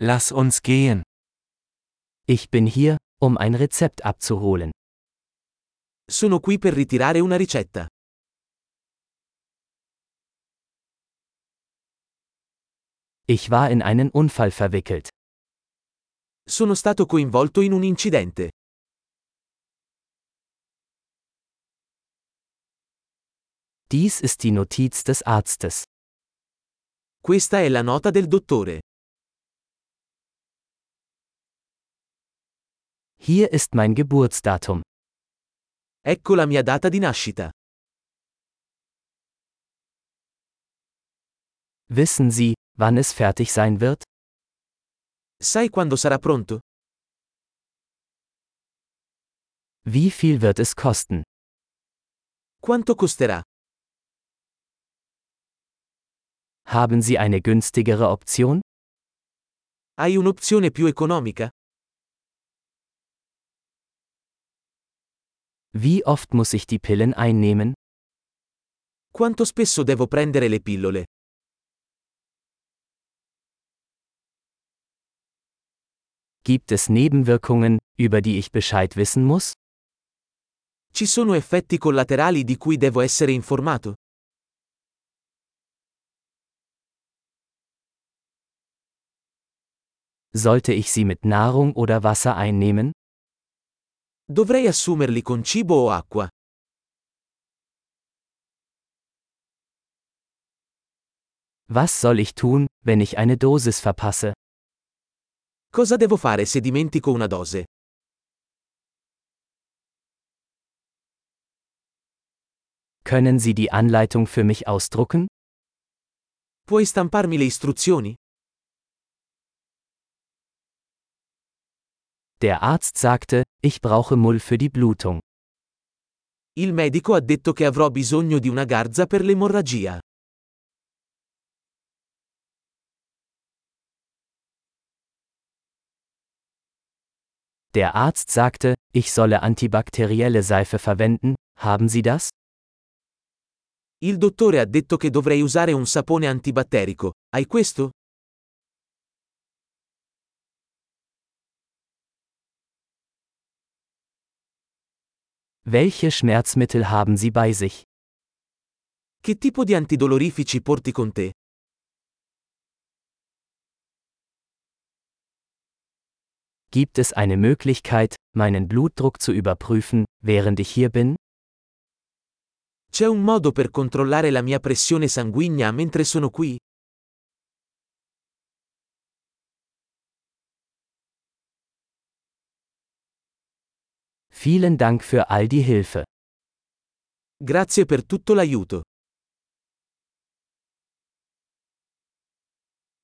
Lass uns gehen. Ich bin hier, um ein Rezept abzuholen. Sono qui per ritirare una ricetta. Ich war in einen Unfall verwickelt. Sono stato coinvolto in un incidente. Dies ist die Notiz des Arztes. Questa è la nota del dottore. Hier ist mein Geburtsdatum. Ecco la mia data di nascita. Wissen Sie, wann es fertig sein wird? Sai quando sarà pronto? Wie viel wird es kosten? Quanto costerà? Haben Sie eine günstigere Option? Hai un'opzione più economica? Wie oft muss ich die Pillen einnehmen? Quanto spesso devo prendere le pillole? Gibt es Nebenwirkungen, über die ich Bescheid wissen muss? Ci sono effetti collaterali di cui devo essere informato? Sollte ich sie mit Nahrung oder Wasser einnehmen? Dovrei assumerli con cibo o acqua? Was soll ich tun, wenn ich eine Dosis verpasse? Cosa devo fare se dimentico una dose? Können Sie die Anleitung für mich ausdrucken? Puoi stamparmi le istruzioni? Der Arzt sagte, ich brauche Mull für die Blutung. Il medico ha detto che avrò bisogno di una garza per l'emorragia. Der Arzt sagte, ich solle antibakterielle Seife verwenden, haben Sie das? Il dottore ha detto che dovrei usare un sapone antibatterico. Hai questo? Welche Schmerzmittel haben Sie bei sich? Che tipo di antidolorifici porti con te? Gibt es eine Möglichkeit, meinen Blutdruck zu überprüfen, während ich hier bin? C'è un modo per controllare la mia pressione sanguigna mentre sono qui? Vielen Dank für all die Hilfe. Grazie per tutto l'aiuto.